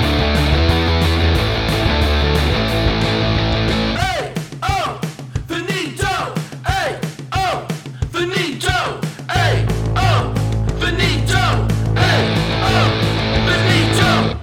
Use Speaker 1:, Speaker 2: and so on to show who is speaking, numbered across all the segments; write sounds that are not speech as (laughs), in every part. Speaker 1: oh, oh,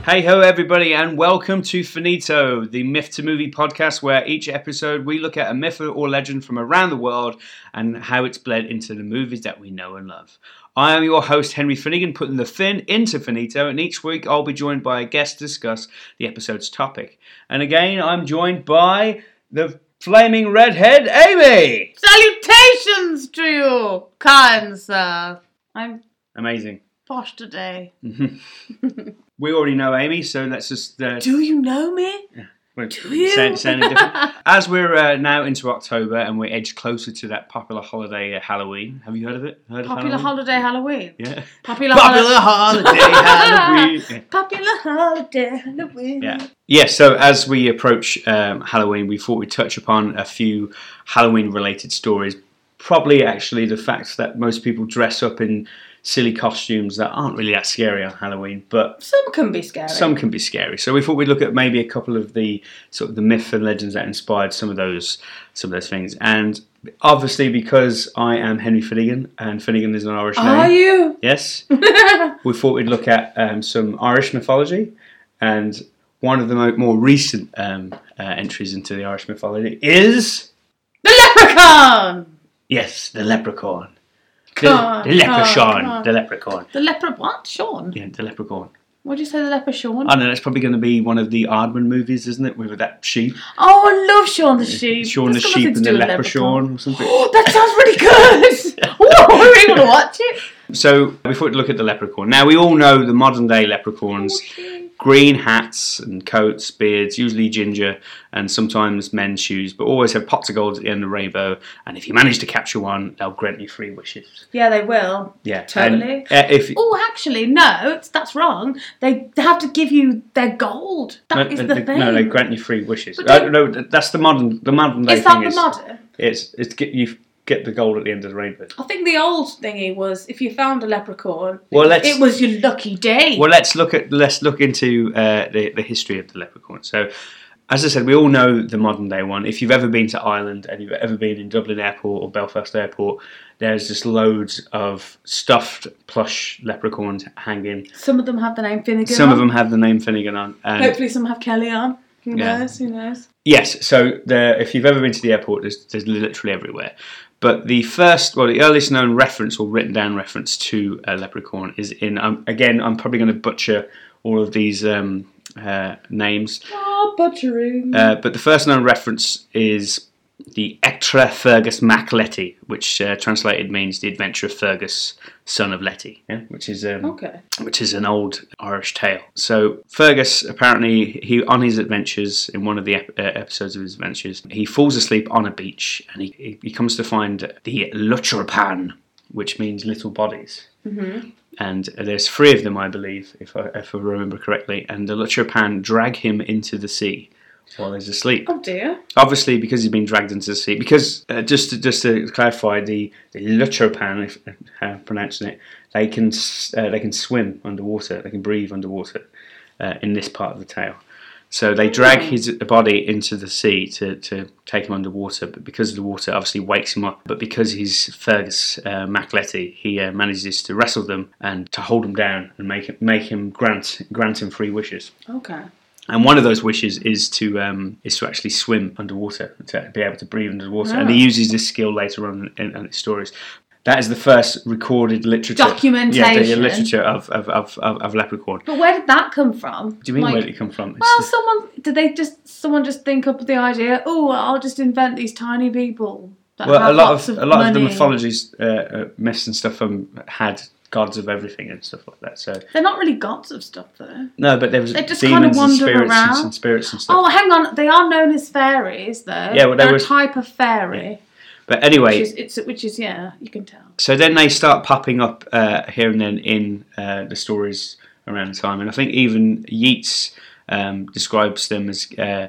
Speaker 2: Hey ho, everybody, and welcome to Finito, the myth to movie podcast where each episode we look at a myth or legend from around the world and how it's bled into the movies that we know and love. I am your host, Henry Finnegan, putting the fin into Finito, and each week I'll be joined by a guest to discuss the episode's topic. And again, I'm joined by the flaming redhead, Amy!
Speaker 3: Salutations to you, kind sir. I'm
Speaker 2: Amazing.
Speaker 3: posh today.
Speaker 2: We already know Amy, so let's just. Uh,
Speaker 3: Do you know me?
Speaker 2: Well,
Speaker 3: Do you?
Speaker 2: sound- sounding
Speaker 3: (laughs)
Speaker 2: different. As we're uh, now into October and we're edged closer to that popular holiday uh, Halloween. Have you heard of it? Heard
Speaker 3: Popular
Speaker 2: of Halloween?
Speaker 3: holiday Halloween. (laughs)
Speaker 2: yeah. (laughs)
Speaker 3: Popular,
Speaker 2: Popular
Speaker 3: holi-
Speaker 2: holiday
Speaker 3: (laughs)
Speaker 2: Halloween. Yeah.
Speaker 3: popular holiday Halloween.
Speaker 2: Yeah. Yeah, so as we approach um, Halloween, we thought we'd touch upon a few Halloween related stories. Probably actually the fact that most people dress up in silly costumes that aren't really that scary on Halloween, but
Speaker 3: Some can be scary.
Speaker 2: some can be scary. So we thought we'd look at maybe a couple of the sort of the myth and legends that inspired some of those some of those things. And obviously, because I am Henry Finnegan and Finnegan is an Irish
Speaker 3: Are
Speaker 2: name,
Speaker 3: you? (laughs)
Speaker 2: yes, we thought we'd look at um, some Irish mythology. And one of the mo- more recent um, uh, entries into the Irish mythology is
Speaker 3: The leprechaun!
Speaker 2: yes, the leprechaun, the,
Speaker 3: Con,
Speaker 2: the leprechaun,
Speaker 3: con, con.
Speaker 2: the leprechaun,
Speaker 3: The lepre what? Sean?
Speaker 2: yeah, the leprechaun.
Speaker 3: What did you say the leper Sean?
Speaker 2: I don't know that's probably going to be one of the Aardman movies, isn't it, with that sheep.
Speaker 3: oh, I love Sean the sheep.
Speaker 2: Shaun the
Speaker 3: That's got
Speaker 2: Sheep
Speaker 3: nothing to
Speaker 2: and the
Speaker 3: do with
Speaker 2: Leper
Speaker 3: leprechaun.
Speaker 2: Shaun or something.
Speaker 3: that sounds
Speaker 2: (laughs)
Speaker 3: really good. oh, I really want to watch it.
Speaker 2: so we thought we'd look at the leprechaun. Now we all know the modern day leprechauns, green hats and coats, beards, usually ginger, and sometimes men's shoes, but always have pots of gold at the end of the rainbow. And if you manage to capture one, they'll grant you three wishes.
Speaker 3: Yeah, they will.
Speaker 2: Yeah,
Speaker 3: Totally.
Speaker 2: And, uh, if
Speaker 3: Oh, actually, no, it's- that's wrong. They have to give you their gold.
Speaker 2: no,
Speaker 3: That is
Speaker 2: they-
Speaker 3: the
Speaker 2: they-
Speaker 3: thing.
Speaker 2: no, they grant you three wishes.
Speaker 3: But don't-
Speaker 2: Uh, no, th- that's the modern, the modern day
Speaker 3: is
Speaker 2: thing.
Speaker 3: that the
Speaker 2: is,
Speaker 3: modern?
Speaker 2: It's it's get you get the gold at the end of the rainbow.
Speaker 3: I think the old thingy was if you found a leprechaun,
Speaker 2: Well, let's
Speaker 3: it was your lucky day.
Speaker 2: Well, let's look at let's look into uh, the the history of the leprechaun. So, as I said, we all know the modern day one. If you've ever been to Ireland and you've ever been in Dublin Airport or Belfast Airport, there's just loads of stuffed plush leprechauns hanging.
Speaker 3: some of them have the name Finnegan.
Speaker 2: Some
Speaker 3: on.
Speaker 2: of them have the name Finnegan on. And
Speaker 3: Hopefully, some have Kelly on. Who
Speaker 2: Yeah.
Speaker 3: knows? Who knows?
Speaker 2: Yes, so the, if you've ever been to the airport, there's, there's literally everywhere. But the first, well, the earliest known reference or written down reference to a leprechaun is in, um, again, I'm probably going to butcher all of these um, uh, names.
Speaker 3: Oh, butchering.
Speaker 2: Uh, but the first known reference is the Ectra Fergus Mac Letty, which uh, translated means the adventure of Fergus, son of Letty, yeah? which is um,
Speaker 3: okay.
Speaker 2: which is an old Irish tale. So Fergus apparently he on his adventures in one of the ep- uh, episodes of his adventures he falls asleep on a beach and he- he, he comes to find the Lutrapan, which means little bodies. And there's three of them, I believe, if I, if I remember correctly. And the Lutrapan drag him into the sea while he's asleep
Speaker 3: Oh dear.
Speaker 2: obviously because he's been dragged into the sea. Because uh, just to, just to clarify, the the luchopan, if how I'm pronouncing it, they can s- uh, they can swim underwater. They can breathe underwater uh, in this part of the tale. So they drag his body into the sea to, to take him underwater, but because the water obviously wakes him up, but because he's Fergus uh, Macletti, he uh, manages to wrestle them and to hold him down and make him, make him grant grant him three wishes.
Speaker 3: Okay.
Speaker 2: And one of those wishes is to um, is to actually swim underwater, to be able to breathe underwater. And he
Speaker 3: Ah.
Speaker 2: uses this skill later on in, in his stories. That is the first recorded literature yeah, the- the
Speaker 3: Documentation.
Speaker 2: literature of of, of, of of leprechaun.
Speaker 3: But where did that come from?
Speaker 2: Do you mean
Speaker 3: Like,
Speaker 2: where did it come from? It's
Speaker 3: Well,
Speaker 2: the-
Speaker 3: someone did they just someone just think up the idea? Oh, I'll just invent these tiny people. That
Speaker 2: well, a
Speaker 3: have
Speaker 2: lot
Speaker 3: lots
Speaker 2: of, a lot of the
Speaker 3: money.
Speaker 2: mythologies, uh, uh, myths and stuff um, had gods of everything and stuff like that. So
Speaker 3: They're not really gods of stuff though.
Speaker 2: no, but there was
Speaker 3: They just
Speaker 2: demons
Speaker 3: kinda
Speaker 2: and
Speaker 3: wander
Speaker 2: spirits and,
Speaker 3: around.
Speaker 2: and spirits and stuff.
Speaker 3: Oh, hang on, they are known as fairies though.
Speaker 2: Yeah, well, they
Speaker 3: they're
Speaker 2: were-
Speaker 3: a type of fairy,
Speaker 2: But anyway,
Speaker 3: which is it's which is yeah, you can tell.
Speaker 2: So then they start popping up uh, here and then in uh, the stories around the time, and I think even Yeats um, describes them as uh,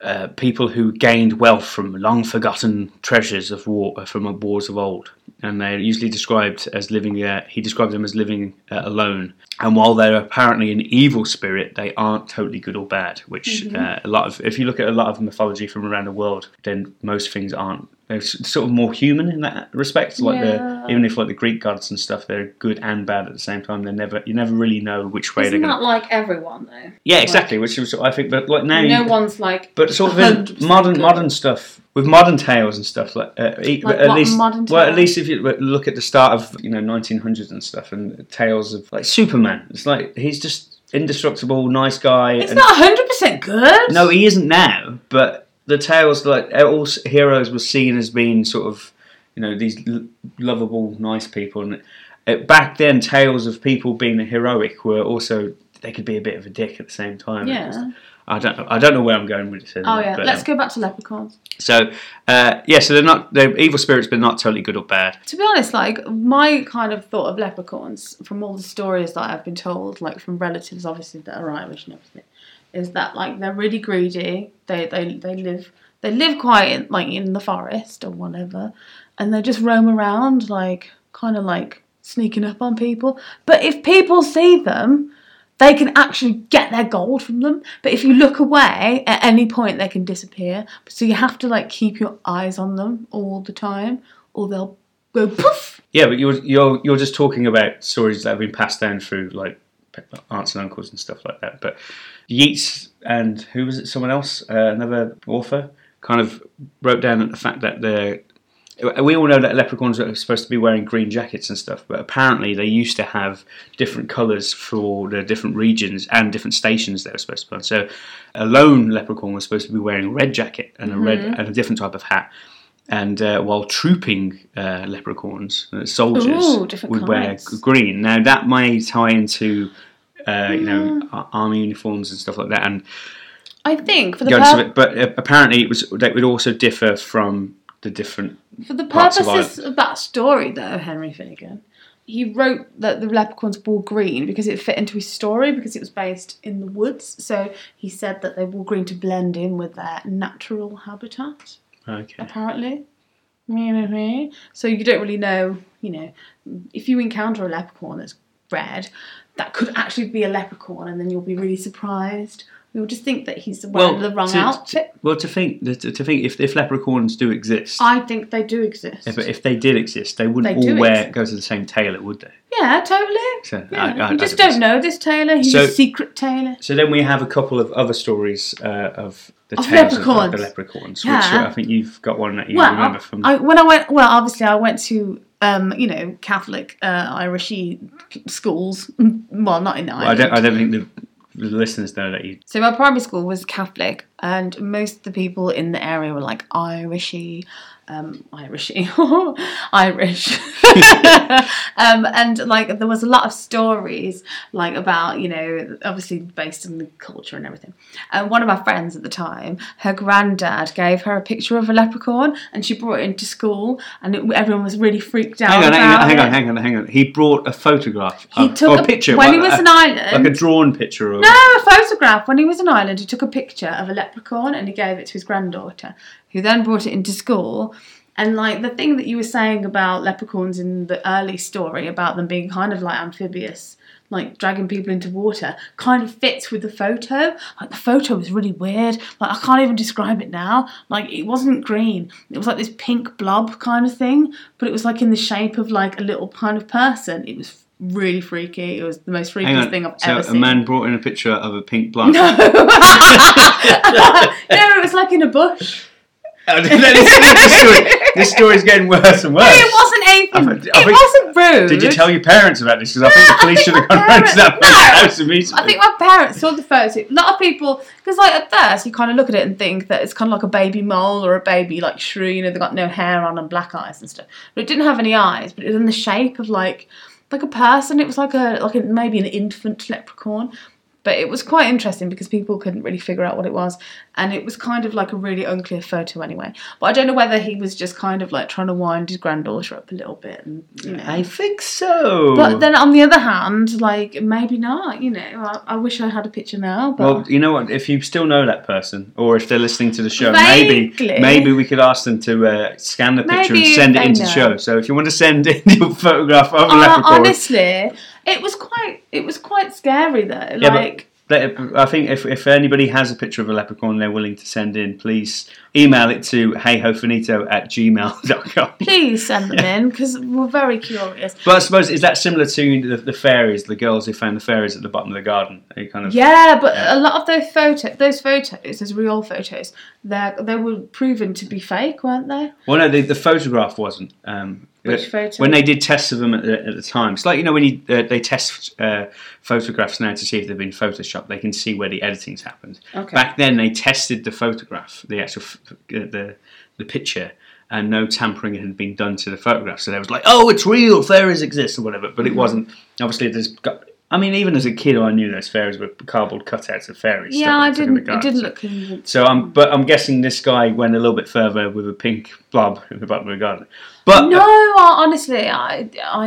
Speaker 2: uh, people who gained wealth from long forgotten treasures of war uh, from wars of old, and they're usually described as living. Uh, he describes them as living uh, alone, and while they're apparently an evil spirit, they aren't totally good or bad. Which uh, a lot of, if you look at a lot of mythology from around the world, then most things aren't they're s- sort of more human in that respect. Like
Speaker 3: Yeah.
Speaker 2: the even if like the Greek gods and stuff, they're good and bad at the same time. They never you never really know which way
Speaker 4: Isn't
Speaker 2: they're going.
Speaker 4: that like everyone though?
Speaker 2: Yeah, exactly. Which is I think, but like now,
Speaker 4: No
Speaker 2: you,
Speaker 4: one's like.
Speaker 2: but sort of in
Speaker 3: (laughs)
Speaker 4: 100%
Speaker 2: modern
Speaker 4: good.
Speaker 2: modern stuff with modern tales and stuff like, uh, e-
Speaker 3: uh, Like
Speaker 2: at
Speaker 3: what
Speaker 2: least
Speaker 3: modern
Speaker 2: well at
Speaker 3: tales?
Speaker 2: least if you look at the start of you know 1900s and stuff and tales of like Superman, it's like he's just indestructible, nice guy.
Speaker 3: It's
Speaker 2: and-
Speaker 3: not 100% good.
Speaker 2: no, he isn't now, but the tales like all s- heroes were seen as being sort of, you know, these l- lovable, nice people, and uh, back then tales of people being heroic were also they could be a bit of a dick at the same time. It was-
Speaker 3: Yeah.
Speaker 2: I don't know. I don't know where I'm going with this.
Speaker 3: Oh yeah.
Speaker 2: but,
Speaker 3: Let's
Speaker 2: um,
Speaker 3: go back to leprechauns.
Speaker 2: so uh, yeah, so they're not they're evil spirits, but not totally good or bad.
Speaker 3: To be honest, like my kind of thought of leprechauns from all the stories that I've been told, like from relatives obviously that are Irish and everything, is that like they're really greedy. They they, they live they live quite like in the forest or whatever, and they just roam around like kind of like sneaking up on people. But if people see them, they can actually get their gold from them. But if you look away at any point, they can disappear. So you have to like keep your eyes on them all the time, or they'll go poof.
Speaker 2: Yeah, but you're you're you're just talking about stories that have been passed down through like p- aunts and uncles and stuff like that. But Yeats and who was it? Someone else, uh, another author, kind of wrote down the fact that the we all know that leprechauns are supposed to be wearing green jackets and stuff, but apparently they used to have different colours for the different regions and different stations they were supposed to be on. So a lone leprechaun was supposed to be wearing a red jacket and a red
Speaker 3: Mm-hmm.
Speaker 2: and a different type of hat. And uh, while trooping uh, leprechauns, uh, soldiers
Speaker 3: Ooh, different
Speaker 2: would wear
Speaker 3: kinds.
Speaker 2: g- green. Now that may tie into uh, you know a- army uniforms and stuff like that, and
Speaker 3: I think for the
Speaker 2: go into
Speaker 3: pur-
Speaker 2: it. But uh, apparently it was that would also differ from the different
Speaker 3: for the
Speaker 2: parts of
Speaker 3: purposes of that story, though, Henry Finnegan, he wrote that the leprechauns wore green because it fit into his story because it was based in the woods. So he said that they wore green to blend in with their natural habitat.
Speaker 2: okay.
Speaker 3: apparently. Meh, meh, meh. So you don't really know, you know, if you encounter a leprechaun that's red, that could actually be a leprechaun, and then you'll be really surprised. You'll just think that he's wearing the wrong
Speaker 2: to,
Speaker 3: outfit.
Speaker 2: To, well, to think that- to, think if, if leprechauns do exist,
Speaker 3: I think they do exist.
Speaker 2: if, if they did exist, they wouldn't
Speaker 3: They do
Speaker 2: all wear
Speaker 3: exist.
Speaker 2: go to the same tailor, would they?
Speaker 3: yeah, totally.
Speaker 2: So,
Speaker 3: Yeah.
Speaker 2: I- I-
Speaker 3: you
Speaker 2: I
Speaker 3: just
Speaker 2: don't
Speaker 3: don't know this tailor. He's
Speaker 2: So-
Speaker 3: a secret tailor.
Speaker 2: So then we have a couple of other stories uh, of the
Speaker 3: Of
Speaker 2: tales of- Of,
Speaker 3: leprechauns.
Speaker 2: the leprechauns, which
Speaker 3: Yeah.
Speaker 2: uh, I think you've got one that you
Speaker 3: well,
Speaker 2: remember from.
Speaker 3: I, when I went, well, obviously I went to, um, you know, Catholic uh, Irishy schools. (laughs) Well, not in Ireland.
Speaker 2: I don't. I don't think the the listeners know that you.
Speaker 3: So my primary school was Catholic, and most of the people in the area were like Irishy, um, Irishy, (laughs) Irish, (laughs) um, and like there was a lot of stories like about you know obviously based on the culture and everything. And one of my friends at the time, her granddad gave her a picture of a leprechaun, and she brought it into school, and it, everyone was really freaked out.
Speaker 2: Hang on, hang
Speaker 3: about
Speaker 2: on, hang
Speaker 3: it.
Speaker 2: on, hang on, hang on. He brought a photograph.
Speaker 3: He
Speaker 2: of,
Speaker 3: took
Speaker 2: or
Speaker 3: a,
Speaker 2: a picture
Speaker 3: when
Speaker 2: like,
Speaker 3: he was
Speaker 2: a,
Speaker 3: in Ireland.
Speaker 2: like a drawn picture of.
Speaker 3: No, a photograph. When he was in Ireland, he took a picture of a leprechaun and he gave it to his granddaughter, who then brought it into school. And like the thing that you were saying about leprechauns in the early story about them being kind of like amphibious, like dragging people into water, kind of fits with the photo. Like the photo was really weird. Like I can't even describe it now. Like it wasn't green. It was like this pink blob kind of thing, but it was like in the shape of like a little kind of person. It was really freaky. It was the most
Speaker 2: Hang
Speaker 3: freakiest
Speaker 2: on.
Speaker 3: thing I've
Speaker 2: so
Speaker 3: ever
Speaker 2: a
Speaker 3: seen.
Speaker 2: man brought in a picture of a pink blood.
Speaker 3: (laughs) No.
Speaker 2: (laughs)
Speaker 3: (laughs) no, it was like in a bush.
Speaker 2: this, this, story, this story's getting worse and worse.
Speaker 3: It wasn't anything.
Speaker 2: I think-
Speaker 3: it wasn't rude.
Speaker 2: Did you tell your parents about this? Because I think
Speaker 3: No,
Speaker 2: the police
Speaker 3: I think
Speaker 2: should have
Speaker 3: my
Speaker 2: gone round to that
Speaker 3: parents-
Speaker 2: person's
Speaker 3: no.
Speaker 2: house immediately.
Speaker 3: I think my parents saw the photo. A lot of people, because like at first you kind of look at it and think that it's kind of like a baby mole or a baby like shrew. You know, they got no hair on and black eyes and stuff. But it didn't have any eyes. But it was in the shape of like like a person. It was like a like a, maybe an infant leprechaun. But it was quite interesting because people couldn't really figure out what it was, and it was kind of like a really unclear photo anyway. But I don't know whether he was just kind of like trying to wind his granddaughter up a little bit, and you know.
Speaker 2: I think so.
Speaker 3: But then on the other hand, like maybe not, you know. I, I wish I had a picture now, but
Speaker 2: well, you know what? If you still know that person, or if they're listening to the show, maybe
Speaker 3: Vaguely.
Speaker 2: maybe we could ask them to uh, scan the picture
Speaker 3: Maybe
Speaker 2: and send it
Speaker 3: they
Speaker 2: into the
Speaker 3: know.
Speaker 2: show. So if you want to send (laughs) in your photograph of a
Speaker 3: Uh,
Speaker 2: leprechaun,
Speaker 3: honestly, it was quite it was quite scary though.
Speaker 2: Yeah, but-
Speaker 3: like
Speaker 2: Let- I think if, if anybody has a picture of a leprechaun they're willing to send in, please email it to heyhofinito at gmail.com.
Speaker 3: Please send
Speaker 2: (laughs)
Speaker 3: them in because we're very curious.
Speaker 2: But I suppose, is that similar to the, the fairies, the girls who found the fairies at the bottom of the garden? They kind of,
Speaker 3: Yeah, but a lot of those photo, those photos, those real photos, they they were proven to be fake, weren't they?
Speaker 2: Well, no, the, the photograph wasn't. Um,
Speaker 3: Which
Speaker 2: uh,
Speaker 3: photo?
Speaker 2: When they did tests of them at the, at the time, it's like you know when you, uh, they test uh, photographs now to see if they've been photoshopped. They can see where the editing's happened.
Speaker 3: Okay.
Speaker 2: Back then, they tested the photograph, the actual f- uh, the the picture, and no tampering had been done to the photograph. So they was like, "Oh, it's real. Fairies exist, or whatever." But it
Speaker 3: Mm-hmm.
Speaker 2: wasn't. Obviously, there's. Got, I mean, even as a kid, I knew those fairies were cardboard cutouts of fairies.
Speaker 3: Yeah, I
Speaker 2: stuck in the
Speaker 3: didn't. It
Speaker 2: garden.
Speaker 3: did look convincing.
Speaker 2: So I'm, but I'm guessing this guy went a little bit further with a pink blob in the bottom of the garden. But
Speaker 3: No, I, honestly, I,
Speaker 2: Uh,
Speaker 3: I, yeah.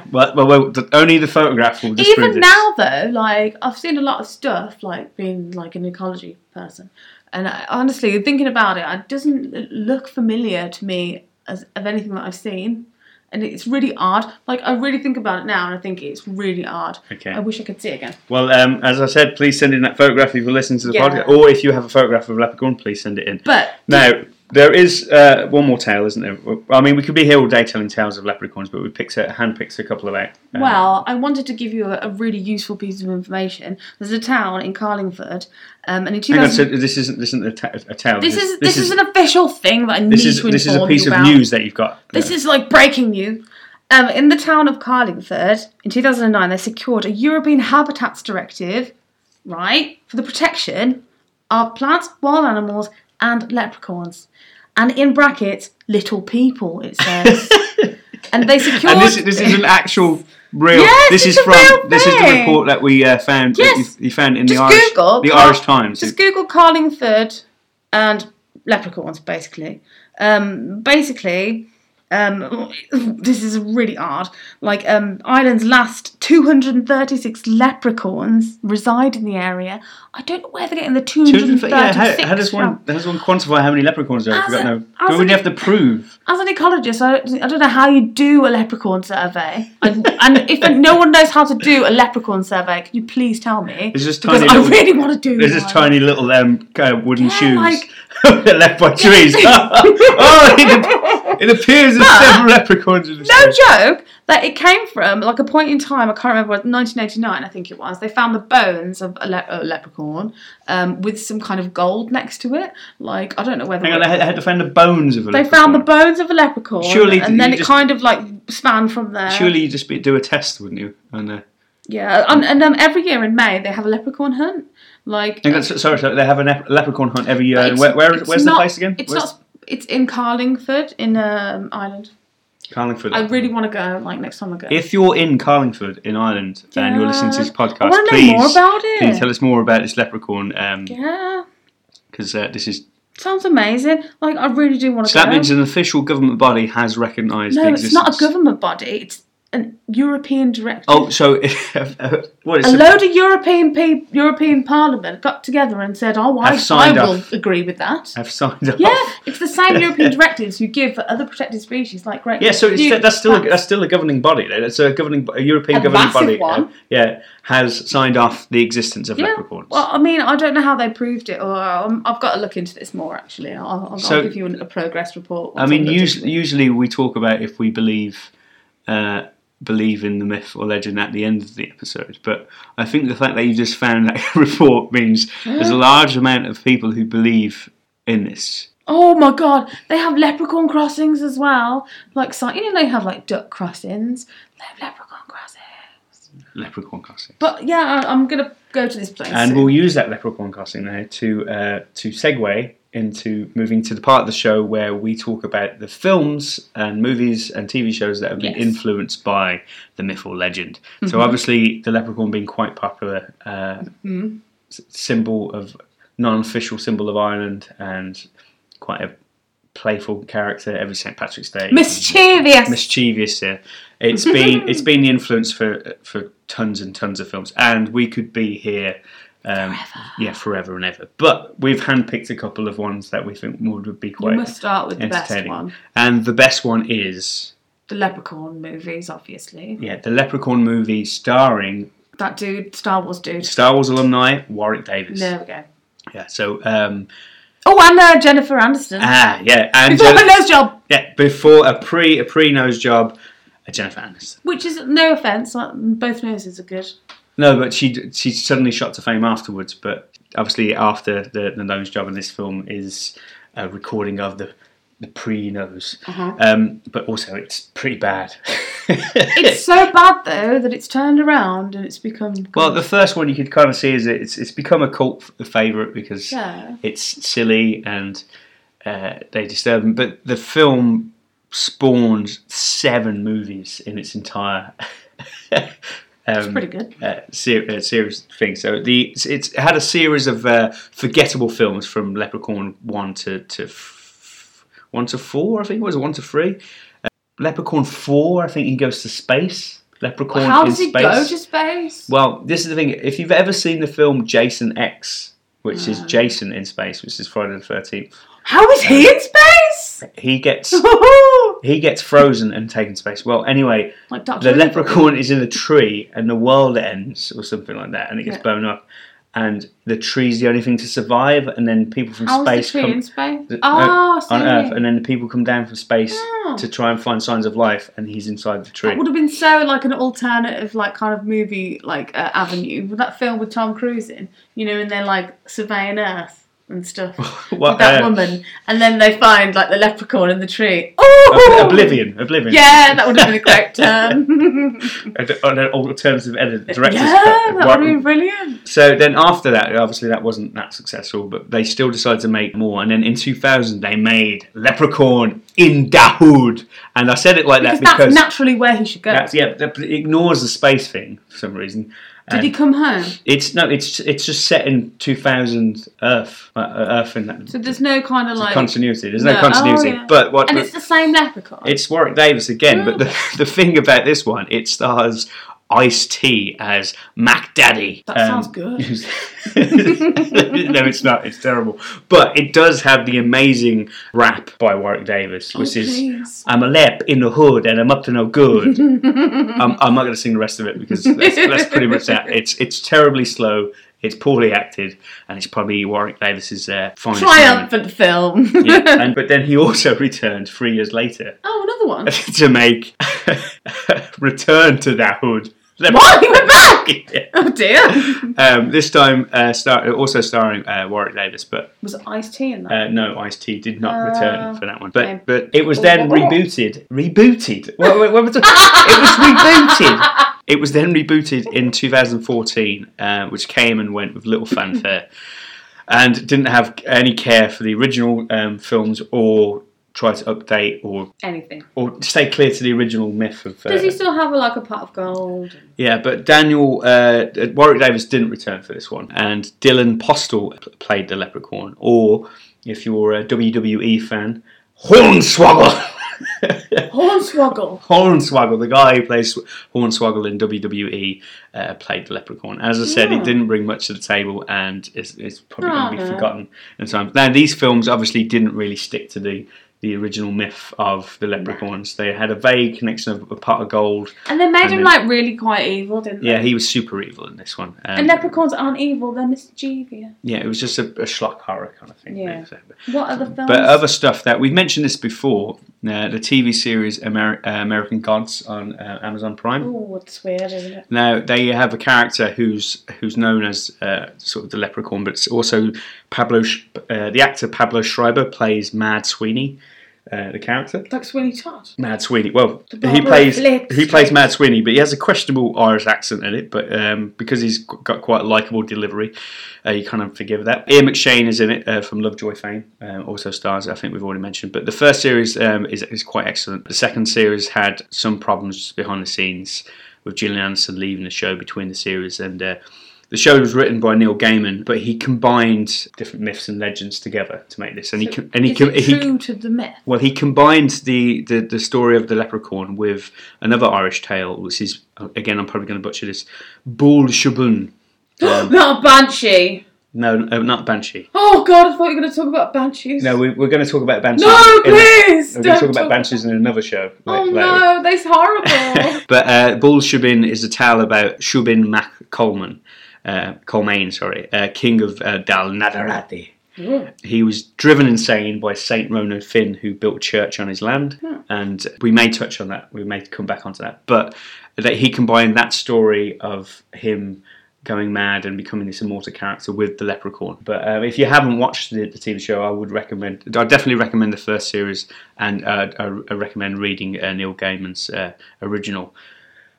Speaker 2: yeah, well, well, well the, only the photograph will disprove
Speaker 3: Even
Speaker 2: this.
Speaker 3: now, though, like I've seen a lot of stuff, like being like an ecology person, and I, honestly, thinking about it, it doesn't look familiar to me as of anything that I've seen, and it's really odd. Like I really think about it now, and I think it's really odd.
Speaker 2: Okay.
Speaker 3: I wish I could see it again.
Speaker 2: Well, um, as I said, please send in that photograph if you're listening to the
Speaker 3: Yeah.
Speaker 2: podcast, or if you have a photograph of a leprechaun, please send it in.
Speaker 3: But
Speaker 2: Now, there is uh, one more tale, isn't there? I mean, we could be here all day telling tales of leprechauns, but we picked a, handpicked a couple of out. Uh,
Speaker 3: Well, I wanted to give you a, a really useful piece of information. There's a town in Carlingford, um, and in
Speaker 2: hang on,
Speaker 3: 2000,
Speaker 2: so this isn't this isn't a, ta- a tale.
Speaker 3: this is this, is, an official thing that I need
Speaker 2: this is
Speaker 3: to inform
Speaker 2: this is a piece
Speaker 3: you
Speaker 2: of
Speaker 3: about.
Speaker 2: news that you've got. uh,
Speaker 3: This is like breaking news. Um, in the town of Carlingford in 2009, they secured a European Habitats Directive, right, for the protection of plants, wild animals, and leprechauns. And in brackets, little people,
Speaker 2: (laughs)
Speaker 3: it says. and they secured.
Speaker 2: and this, this is an actual real.
Speaker 3: Yes,
Speaker 2: this
Speaker 3: it's
Speaker 2: is
Speaker 3: a
Speaker 2: from.
Speaker 3: real
Speaker 2: This is the
Speaker 3: thing.
Speaker 2: report that we uh, found. that
Speaker 3: Yes.
Speaker 2: you, you found in
Speaker 3: Just
Speaker 2: the Irish,
Speaker 3: Google
Speaker 2: the
Speaker 3: Car-
Speaker 2: Irish Times.
Speaker 3: Just Google Carlingford and leprechauns, basically. Um, basically, um, this is really odd. Like, um, Ireland's last 236 leprechauns reside in the area. I don't know where they're getting the 236
Speaker 2: yeah, how, how does
Speaker 3: from.
Speaker 2: one how does one quantify how many leprechauns there are?
Speaker 3: As
Speaker 2: We've got
Speaker 3: a-
Speaker 2: no.
Speaker 3: as
Speaker 2: Do we
Speaker 3: an-
Speaker 2: have to prove?
Speaker 3: As an ecologist, I don't, I don't know how you do a leprechaun survey. And, and if no one knows how to do a leprechaun survey, can you please tell me?
Speaker 2: There's just
Speaker 3: Because
Speaker 2: tiny
Speaker 3: I
Speaker 2: little-
Speaker 3: really want to do
Speaker 2: There's this
Speaker 3: one.
Speaker 2: tiny little um, uh, wooden
Speaker 3: Yeah,
Speaker 2: shoes
Speaker 3: like-
Speaker 2: (laughs) left by
Speaker 3: (laughs)
Speaker 2: trees. oh, it, ap- it appears there's several leprechauns in this.
Speaker 3: no
Speaker 2: place.
Speaker 3: joke that it came from like a point in time i can't remember what 1989 i think it was they found the bones of a, le- a leprechaun um, with some kind of gold next to it like i don't know whether
Speaker 2: Hang on, I had, I had to find the bones of a
Speaker 3: they
Speaker 2: leprechaun.
Speaker 3: found the bones of a leprechaun
Speaker 2: Surely
Speaker 3: and then
Speaker 2: you
Speaker 3: it
Speaker 2: just-
Speaker 3: kind of like span from there
Speaker 2: Surely you just be, do a test, wouldn't you? And uh,
Speaker 3: yeah and, and um, every year in may they have a leprechaun hunt like
Speaker 2: hang on, so- sorry, sorry, they have a nep- leprechaun hunt every year.
Speaker 3: it's-
Speaker 2: where, where,
Speaker 3: it's
Speaker 2: where's
Speaker 3: not-
Speaker 2: the place again?
Speaker 3: it's
Speaker 2: Where's-
Speaker 3: not it's in carlingford in um, ireland
Speaker 2: Carlingford.
Speaker 3: i really want to go like next time i go
Speaker 2: If you're in Carlingford in Ireland and you're listening to this
Speaker 3: Yeah.
Speaker 2: podcast,
Speaker 3: I wanna know
Speaker 2: please,
Speaker 3: more about it.
Speaker 2: can you tell us more about this leprechaun?
Speaker 3: yeah
Speaker 2: Because uh, this is
Speaker 3: sounds amazing like i really do want to
Speaker 2: so
Speaker 3: go
Speaker 2: that means an official government body has recognised.
Speaker 3: No,
Speaker 2: the
Speaker 3: it's not a
Speaker 2: existence.
Speaker 3: government body. It's an European directive.
Speaker 2: Oh, so (laughs) what is
Speaker 3: a
Speaker 2: it?
Speaker 3: load of European pe- European Parliament got together and said, "Oh, I,
Speaker 2: Have signed
Speaker 3: I will
Speaker 2: off.
Speaker 3: agree with that."
Speaker 2: I've signed up.
Speaker 3: Yeah, it's
Speaker 2: (laughs)
Speaker 3: the same European directives you give for other protected species, like great.
Speaker 2: Yeah, so it's,
Speaker 3: Britain.
Speaker 2: that's still a, that's still a governing body. though. That's a governing, a European
Speaker 3: A
Speaker 2: governing
Speaker 3: massive
Speaker 2: body.
Speaker 3: one.
Speaker 2: uh, Yeah, has signed off the existence of
Speaker 3: yeah.
Speaker 2: leprechauns.
Speaker 3: Well, I mean, I don't know how they proved it, or um, I've got to look into this more. Actually, I'll, I'll,
Speaker 2: So-
Speaker 3: I'll give you an- a progress report.
Speaker 2: I
Speaker 3: once
Speaker 2: mean,
Speaker 3: I've looked
Speaker 2: usually,
Speaker 3: into it.
Speaker 2: usually we talk about if we believe uh, believe in the myth or legend at the end of the episode, but I think the fact that you just found that (laughs) report means there's a large amount of people who believe in this.
Speaker 3: Oh my god, they have leprechaun crossings as well. Like, si- you know, they have like duck crossings. They have leprechaun crossings.
Speaker 2: Leprechaun casting,
Speaker 3: But yeah, I, I'm gonna go to this place.
Speaker 2: and we'll use that leprechaun casting now to uh, to segue into moving to the part of the show where we talk about the films and movies and TV shows that have been
Speaker 3: Yes.
Speaker 2: influenced by the myth or legend. So obviously, the leprechaun being quite popular uh, s- symbol of non-official symbol of Ireland and quite a playful character every St Patrick's Day.
Speaker 3: mischievous.
Speaker 2: mischievous yeah. It's been
Speaker 3: (laughs)
Speaker 2: it's been the influence for for tons and tons of films, and we could be here, um, yeah, forever and ever. But we've handpicked a couple of ones that we think would, would be
Speaker 3: we
Speaker 2: quite
Speaker 3: must start with the best
Speaker 2: entertaining.
Speaker 3: one.
Speaker 2: and the best one is
Speaker 3: The Leprechaun movies, obviously.
Speaker 2: yeah, the Leprechaun movie starring
Speaker 3: that dude, Star Wars dude.
Speaker 2: Star Wars alumni Warwick Davis.
Speaker 3: There we go.
Speaker 2: Yeah. So um,
Speaker 3: Oh, and uh, Jennifer Aniston.
Speaker 2: ah yeah,
Speaker 3: (laughs)
Speaker 2: and
Speaker 3: Before
Speaker 2: Jen-
Speaker 3: her nose job,
Speaker 2: yeah before a pre a pre nose job, uh, Jennifer Aniston.
Speaker 3: which is no offense, like, both noses are good.
Speaker 2: No, but she she suddenly shot to fame afterwards. But obviously, after the the nose job in this film is a recording of the the pre nose.
Speaker 3: Uh-huh.
Speaker 2: Um, but also, it's pretty bad. (laughs)
Speaker 3: It's so bad though that it's turned around and it's become.
Speaker 2: well, the first one you could kind of see is it's it's become a cult f- favorite because
Speaker 3: yeah.
Speaker 2: it's silly and uh, they disturb them. But the film spawned seven movies in its entire. (laughs) um,
Speaker 3: Pretty good.
Speaker 2: uh, ser- uh, series thing. So the it's, it's had a series of uh, forgettable films from Leprechaun one to to f- one to four, I think it was one to three. Uh, Leprechaun four, I think he goes to space. Leprechaun
Speaker 3: How
Speaker 2: in
Speaker 3: does he
Speaker 2: space.
Speaker 3: go to space?
Speaker 2: Well, this is the thing. If you've ever seen the film Jason X, which
Speaker 3: Ah.
Speaker 2: is Jason in space, which is Friday the Thirteenth,
Speaker 3: How is
Speaker 2: uh,
Speaker 3: he in space? (laughs)
Speaker 2: he gets he gets frozen and taken to space. Well, anyway,
Speaker 3: like Doctor
Speaker 2: the leprechaun is in a tree and the world ends or something like that and it gets
Speaker 3: Yeah.
Speaker 2: blown up and the tree's the only thing to survive and then people from
Speaker 3: How
Speaker 2: space
Speaker 3: is the tree in
Speaker 2: come
Speaker 3: space?
Speaker 2: th-
Speaker 3: Ah, oh,
Speaker 2: on earth and then the people come down from space
Speaker 3: Oh.
Speaker 2: to try and find signs of life and he's inside the tree
Speaker 3: That would have been so like an alternative, like kind of movie, like uh, avenue. With that film with Tom Cruise in, you know, and they're like surveying Earth and stuff.
Speaker 2: What,
Speaker 3: with that
Speaker 2: uh,
Speaker 3: woman, and then they find like the leprechaun in the tree. Oh,
Speaker 2: Ob- oblivion oblivion uh,
Speaker 3: Yeah, that would have been a
Speaker 2: (laughs)
Speaker 3: great term.
Speaker 2: A- an alternative edit
Speaker 3: yeah,
Speaker 2: director's cut.
Speaker 3: that would have
Speaker 2: Right-
Speaker 3: been brilliant.
Speaker 2: So then after that, obviously that wasn't that successful, but they still decided to make more. And then in 2000, they made Leprechaun in Dahood. And I said it like
Speaker 3: Because
Speaker 2: that because
Speaker 3: that's naturally where he should go.
Speaker 2: that's, yeah, that it ignores the space thing for some reason.
Speaker 3: Did he
Speaker 2: And
Speaker 3: come home?
Speaker 2: It's no, it's it's just set in 2000 Earth, uh, Earth in that
Speaker 3: So there's no kind of like,
Speaker 2: continuity. There's no,
Speaker 3: No, oh,
Speaker 2: continuity.
Speaker 3: yeah.
Speaker 2: But what
Speaker 3: and
Speaker 2: the-
Speaker 3: it's the same leprechaun.
Speaker 2: it's Warwick Davis again, but the, (laughs) the thing about this one, it stars Ice T as Mac Daddy. Um,
Speaker 3: That sounds good.
Speaker 2: (laughs) no, it's not. It's terrible. But it does have the amazing rap by Warwick Davis, which is
Speaker 3: Oh, please.
Speaker 2: I'm a lep in the hood and I'm up to no good. I'm, I'm not going to sing the rest of it because that's, that's pretty much that. It's, it's terribly slow, it's poorly acted, and it's probably Warwick Davis's uh, finest. moment.
Speaker 3: triumphant film.
Speaker 2: Yeah, and, but then he also (laughs) returned three years later
Speaker 3: (laughs)
Speaker 2: (laughs)
Speaker 3: oh, another one.
Speaker 2: to make (laughs) return to that hood. Let me- (laughs)
Speaker 3: What? He went back.
Speaker 2: Yeah.
Speaker 3: Oh dear.
Speaker 2: Um, this time, uh, star- also starring uh, Warwick Davis, but
Speaker 3: Was Ice T in that?
Speaker 2: uh, no, Ice T did not
Speaker 3: Uh,
Speaker 2: return for that one. But
Speaker 3: okay.
Speaker 2: but it was then rebooted. Rebooted. What, what, what was it? it was rebooted. It was then rebooted in 2014, uh, which came and went with little fanfare, and didn't have any care for the original um, films or try to update or
Speaker 3: Anything?
Speaker 2: or stay clear to the original myth of. Uh,
Speaker 3: Does he still have a, like a pot of gold? (laughs)
Speaker 2: yeah, but Daniel uh, Warwick Davis didn't return for this one, and Dylan Postel p- played the Leprechaun, or if you're a WWE fan, Hornswoggle. (laughs)
Speaker 3: Hornswoggle.
Speaker 2: Hornswoggle, the guy who plays Hornswoggle in WWE, uh, played the Leprechaun. As I said,
Speaker 3: Yeah.
Speaker 2: it didn't bring much to the table, and it's, it's probably going to
Speaker 3: Oh,
Speaker 2: be
Speaker 3: no.
Speaker 2: forgotten in time. Now, these films obviously didn't really stick to the. The original myth of the leprechauns. They had a vague connection of a pot of gold.
Speaker 3: And they made
Speaker 2: And then-
Speaker 3: him like really quite evil, didn't they?
Speaker 2: Yeah, he was super evil in this one. Um,
Speaker 3: And leprechauns aren't evil; they're mischievous.
Speaker 2: Yeah, it was just a, a schlock horror kind of thing.
Speaker 3: Yeah. Um,
Speaker 2: But
Speaker 3: What are the films?
Speaker 2: other stuff that we've mentioned this before, uh, the TV series Ameri- uh, American Gods on uh, Amazon Prime.
Speaker 3: Oh, it's weird, isn't it?
Speaker 2: Now they have a character who's who's known as uh, sort of the leprechaun, but it's also Pablo, Sh- uh, the actor Pablo Schreiber plays Mad Sweeney, uh, the character.
Speaker 3: Like Sweeney Todd.
Speaker 2: Mad Sweeney. Well, he
Speaker 3: Barbara
Speaker 2: plays
Speaker 3: Flips.
Speaker 2: he plays Mad Sweeney, but he has a questionable Irish accent in it. But um, because he's g- got quite a likable delivery, uh, you kind of forgive that. Ian McShane is in it uh, from Lovejoy fame. Um, also stars, I think we've already mentioned. But the first series um, is is quite excellent. The second series had some problems behind the scenes with Gillian Anderson leaving the show between the series and. Uh, the show was written by Neil Gaiman, but he combined different myths and legends together to make this, and he com- and he
Speaker 3: Is
Speaker 2: com-
Speaker 3: it
Speaker 2: he
Speaker 3: true to the myth?
Speaker 2: well, he combined the, the, the story of the leprechaun with another Irish tale, which is, again, I'm probably going to butcher this, Bull Shubun. (laughs) Um,
Speaker 3: Not a banshee.
Speaker 2: no, no, not Banshee.
Speaker 3: Oh God, I thought you were going to talk about banshees.
Speaker 2: No, we, we're going to talk about Banshees.
Speaker 3: No,
Speaker 2: in-
Speaker 3: please.
Speaker 2: We're
Speaker 3: don't
Speaker 2: going to talk about Banshees in another show. la-
Speaker 3: Oh no, that's horrible.
Speaker 2: (laughs) but uh, Bull Shubin is a tale about Shubin Mac Coleman, uh, Colmain, sorry, uh, king of uh, Dal Nadarati. He was driven insane by Saint Ronan Finn, who built a church on his land, and we may touch on that. We may come back onto that, but that he combined that story of him going mad and becoming this immortal character with the leprechaun. But um, if you haven't watched the, the TV show, I would recommend. I definitely recommend the first series, and uh, I, I recommend reading uh, Neil Gaiman's uh, original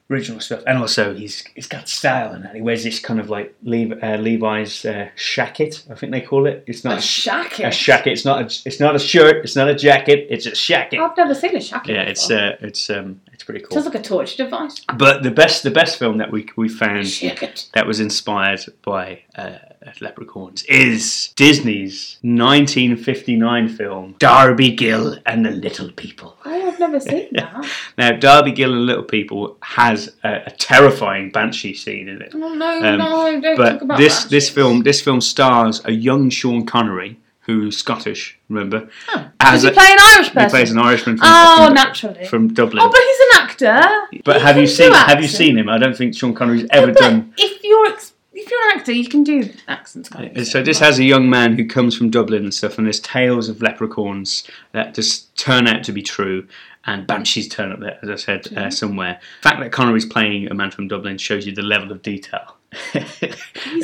Speaker 2: original stuff. And also, he's he's got style in that. He wears this kind of like Levi, uh, Levi's uh, shacket, I think they call it. It's not a,
Speaker 4: Shacket.
Speaker 2: a shacket. It's not a, it's not a shirt. It's not a jacket. It's a shacket.
Speaker 3: Oh,
Speaker 4: I've never seen a shacket.
Speaker 2: yeah, it's
Speaker 4: before.
Speaker 2: uh, it's um, it's pretty cool.
Speaker 4: sounds like a torture device.
Speaker 2: But the best the best film that we we found
Speaker 4: Shacket.
Speaker 2: that was inspired by uh, leprechauns is Disney's 1959 film Darby Gill and the Little People.
Speaker 4: Oh, I've never
Speaker 2: (laughs)
Speaker 4: seen that.
Speaker 2: Now, Darby Gill and the Little People has a, a terrifying banshee scene in it.
Speaker 3: Oh, no,
Speaker 2: Um,
Speaker 3: no, don't talk
Speaker 2: But
Speaker 3: about
Speaker 2: this
Speaker 3: that.
Speaker 2: this film this film stars a young Sean Connery who's Scottish, remember?
Speaker 3: Does
Speaker 2: As
Speaker 3: he
Speaker 2: a-
Speaker 3: play an Irish
Speaker 2: he
Speaker 3: person?
Speaker 2: plays an Irishman from,
Speaker 3: oh,
Speaker 2: from,
Speaker 3: naturally.
Speaker 2: from Dublin.
Speaker 3: oh, but he's an actor.
Speaker 2: but
Speaker 3: He
Speaker 2: have you
Speaker 3: can do
Speaker 2: seen have you
Speaker 3: accents.
Speaker 2: seen him? I don't think Sean Connery's ever
Speaker 3: but
Speaker 2: done Uh,
Speaker 3: If you're ex- if you're an actor, you can do accents. Kind of
Speaker 2: So this has a young man who comes from Dublin and stuff, and there's tales of leprechauns that just turn out to be true, and banshees turn up there, as I said, uh, somewhere. The fact that Connery's playing a man from Dublin shows you the level of detail. (laughs)
Speaker 3: He's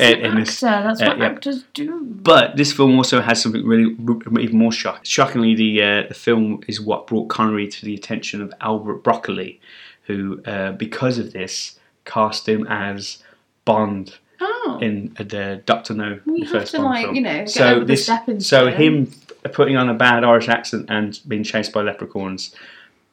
Speaker 2: in-
Speaker 3: an
Speaker 2: in
Speaker 3: actor.
Speaker 2: this.
Speaker 3: That's
Speaker 2: uh,
Speaker 3: what
Speaker 2: yeah.
Speaker 3: actors do.
Speaker 2: But this film also has something really r- even more shocking. Shockingly, the uh, the film is what brought Connery to the attention of Albert Broccoli, who, uh, because of this, cast him as Bond
Speaker 3: Oh,
Speaker 2: in uh, the Doctor No.
Speaker 3: We
Speaker 2: the
Speaker 3: have
Speaker 2: first
Speaker 3: to,
Speaker 2: Bond
Speaker 3: like,
Speaker 2: film.
Speaker 3: you know, get
Speaker 2: so
Speaker 3: over the
Speaker 2: this,
Speaker 3: stepping
Speaker 2: so
Speaker 3: stone.
Speaker 2: him f- putting on a bad Irish accent and being chased by leprechauns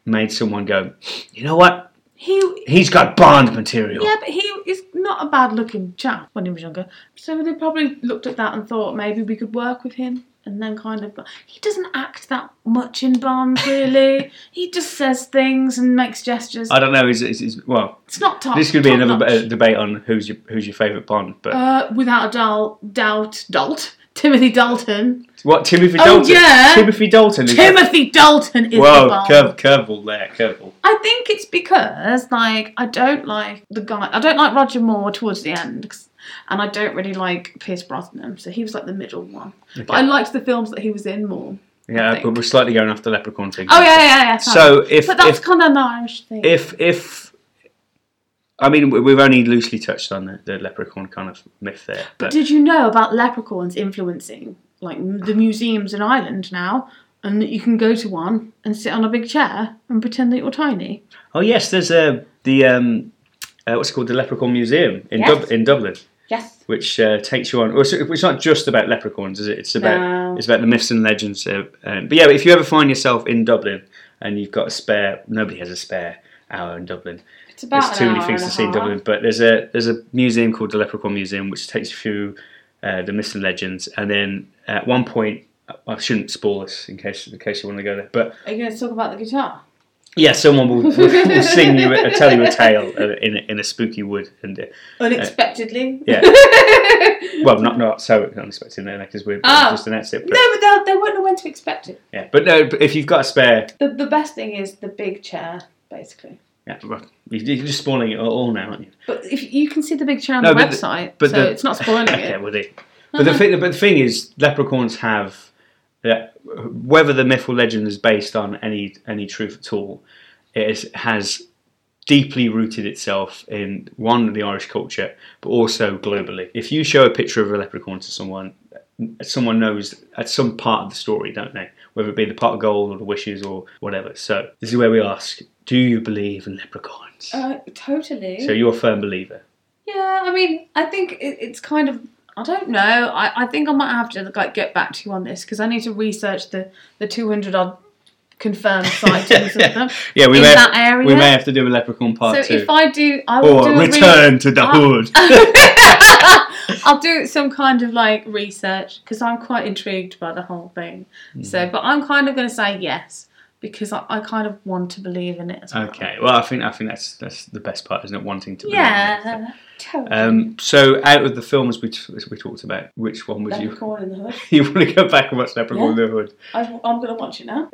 Speaker 2: made someone go, you know what?
Speaker 3: he
Speaker 2: He's got Bond material.
Speaker 3: Yeah, but he is not a bad looking chap when he was younger. So they probably looked at that and thought maybe we could work with him. And then kind of, he doesn't act that much in
Speaker 2: (laughs)
Speaker 3: Bond, really. he just says things and makes gestures.
Speaker 2: I don't know. Is, is, is well,
Speaker 3: it's not top.
Speaker 2: this could be
Speaker 3: top
Speaker 2: another uh,
Speaker 3: notch.
Speaker 2: b- debate on who's your who's your favourite Bond. But
Speaker 3: Uh, without a dou- doubt, Dalt. Timothy Dalton.
Speaker 2: what Timothy
Speaker 3: oh,
Speaker 2: Dalton?
Speaker 3: yeah.
Speaker 2: Timothy Dalton. Is
Speaker 3: Timothy Dalton is the
Speaker 2: Whoa,
Speaker 3: Bond.
Speaker 2: curve, curveball there, curveball.
Speaker 3: I think it's because like I don't like the guy. I don't like Roger Moore towards the end, 'cause- and I don't really like Pierce Brosnan. So he was like the middle one. But I liked the films that he was in more.
Speaker 2: Yeah, but
Speaker 3: think.
Speaker 2: we're slightly going off the leprechaun thing.
Speaker 3: Oh yeah, yeah, yeah. sorry.
Speaker 2: So if
Speaker 3: but that's
Speaker 2: if
Speaker 3: kind of an Irish thing.
Speaker 2: if if I mean we- we've only loosely touched on the, the leprechaun kind of myth there, but,
Speaker 3: Did you know about leprechauns influencing like m- the museums in Ireland now? And that you can go to one and sit on a big chair and pretend that you're tiny.
Speaker 2: oh yes, there's a the um, uh, what's it called the Leprechaun Museum in
Speaker 4: Yes.
Speaker 2: Dub- in Dublin,
Speaker 4: Yes.
Speaker 2: which uh, takes you on. well, It's, it's not just about leprechauns, is it? It's about
Speaker 4: No.
Speaker 2: it's about the myths and legends. Uh, um, but yeah, if you ever find yourself in Dublin and you've got a spare, nobody has a spare hour in Dublin.
Speaker 4: It's about
Speaker 2: there's too
Speaker 4: an
Speaker 2: many
Speaker 4: hour
Speaker 2: things
Speaker 4: and
Speaker 2: to
Speaker 4: a
Speaker 2: see in
Speaker 4: half.
Speaker 2: Dublin, but there's a there's a museum called the Leprechaun Museum, which takes you through uh, the myths and legends, and then at one point. I shouldn't spoil this in case in case you want to go there, but
Speaker 3: Are you going to talk about the guitar?
Speaker 2: Uh, yeah, someone will, will, will sing you, a, tell you a tale uh, in a, in a spooky wood, and uh,
Speaker 3: Unexpectedly.
Speaker 4: (laughs)
Speaker 2: yeah, well, not not so unexpected there because we're
Speaker 3: Oh.
Speaker 2: just announced it. But,
Speaker 3: no, but they'll- they won't know when to expect it.
Speaker 2: yeah, but no, but if you've got a spare,
Speaker 3: The, the best thing is the big chair, basically.
Speaker 2: yeah, well, you- you're just spoiling it all now, aren't you?
Speaker 3: But if you can see the big chair on
Speaker 2: No,
Speaker 3: the
Speaker 2: but the-
Speaker 3: website,
Speaker 2: but
Speaker 3: so
Speaker 2: the-
Speaker 3: it's
Speaker 2: (laughs)
Speaker 3: not spoiling
Speaker 2: okay,
Speaker 3: it.
Speaker 2: well, they, but the thing, but the thing is, leprechauns have yeah, whether the myth or legend is based on any any truth at all, it is, has deeply rooted itself in one the Irish culture, but also globally. If you show a picture of a leprechaun to someone, someone knows at some part of the story, don't they? Whether it be the pot of gold or the wishes or whatever. So this is where we ask: Do you believe in leprechauns?
Speaker 3: Uh, totally.
Speaker 2: so you're a firm believer.
Speaker 3: yeah, I mean, I think it, it's kind of. I don't know. I, I think I might have to like get back to you on this because I need to research the the two hundred odd
Speaker 2: (laughs)
Speaker 3: confirmed sightings of them.
Speaker 2: Yeah, we
Speaker 3: in
Speaker 2: may,
Speaker 3: that area.
Speaker 2: we may have to do a leprechaun
Speaker 3: so
Speaker 2: part two.
Speaker 3: if I do, I will
Speaker 2: or
Speaker 3: do a re-
Speaker 2: return to the
Speaker 3: Ah.
Speaker 2: hood.
Speaker 3: (laughs) I'll do some kind of like research because I'm quite intrigued by the whole thing.
Speaker 2: Mm-hmm.
Speaker 3: So, but I'm kind of going to say yes because I, I kind of want to believe in it as well.
Speaker 2: okay, well, I think I think that's that's the best part, isn't it? Wanting to. believe in it.
Speaker 3: Yeah. Totally.
Speaker 2: Um, so, out of the films we, t- we talked about, which one would you
Speaker 3: Leprechaun in the Hood.
Speaker 2: (laughs) you want to go back and watch Leprechaun in the Hood?
Speaker 3: I, I'm going to watch
Speaker 2: (laughs)
Speaker 3: it now.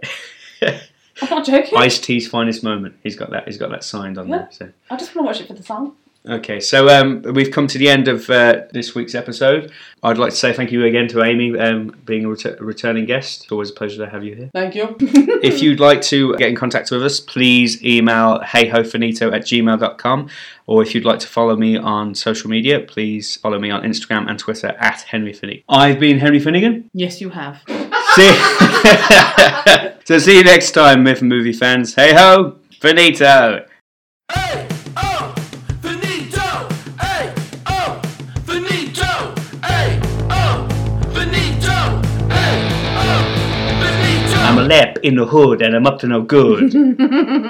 Speaker 3: I'm not joking. I,
Speaker 2: Ice T's finest moment. He's got that. He's got that signed on there. So
Speaker 3: just want to watch it for the song.
Speaker 2: Okay, so um, we've come to the end of uh, this week's episode. I'd like to say thank you again to Amy um, being a, ret- a returning guest. It's always a pleasure to have you here.
Speaker 3: Thank you.
Speaker 2: if you'd like to get in contact with us, please email heyhofinito at gmail.com. Or if you'd like to follow me on social media, please follow me on Instagram and Twitter at Henry Finnegan. I've been Henry Finnegan.
Speaker 3: yes, you have.
Speaker 2: See (laughs) so see you next time, Myth and Movie fans. Hey ho, finito.
Speaker 1: Hey, oh, finito. Hey, oh, finito. Hey, oh, finito. Hey, oh, finito.
Speaker 2: I'm a lap in the hood and I'm up to no good.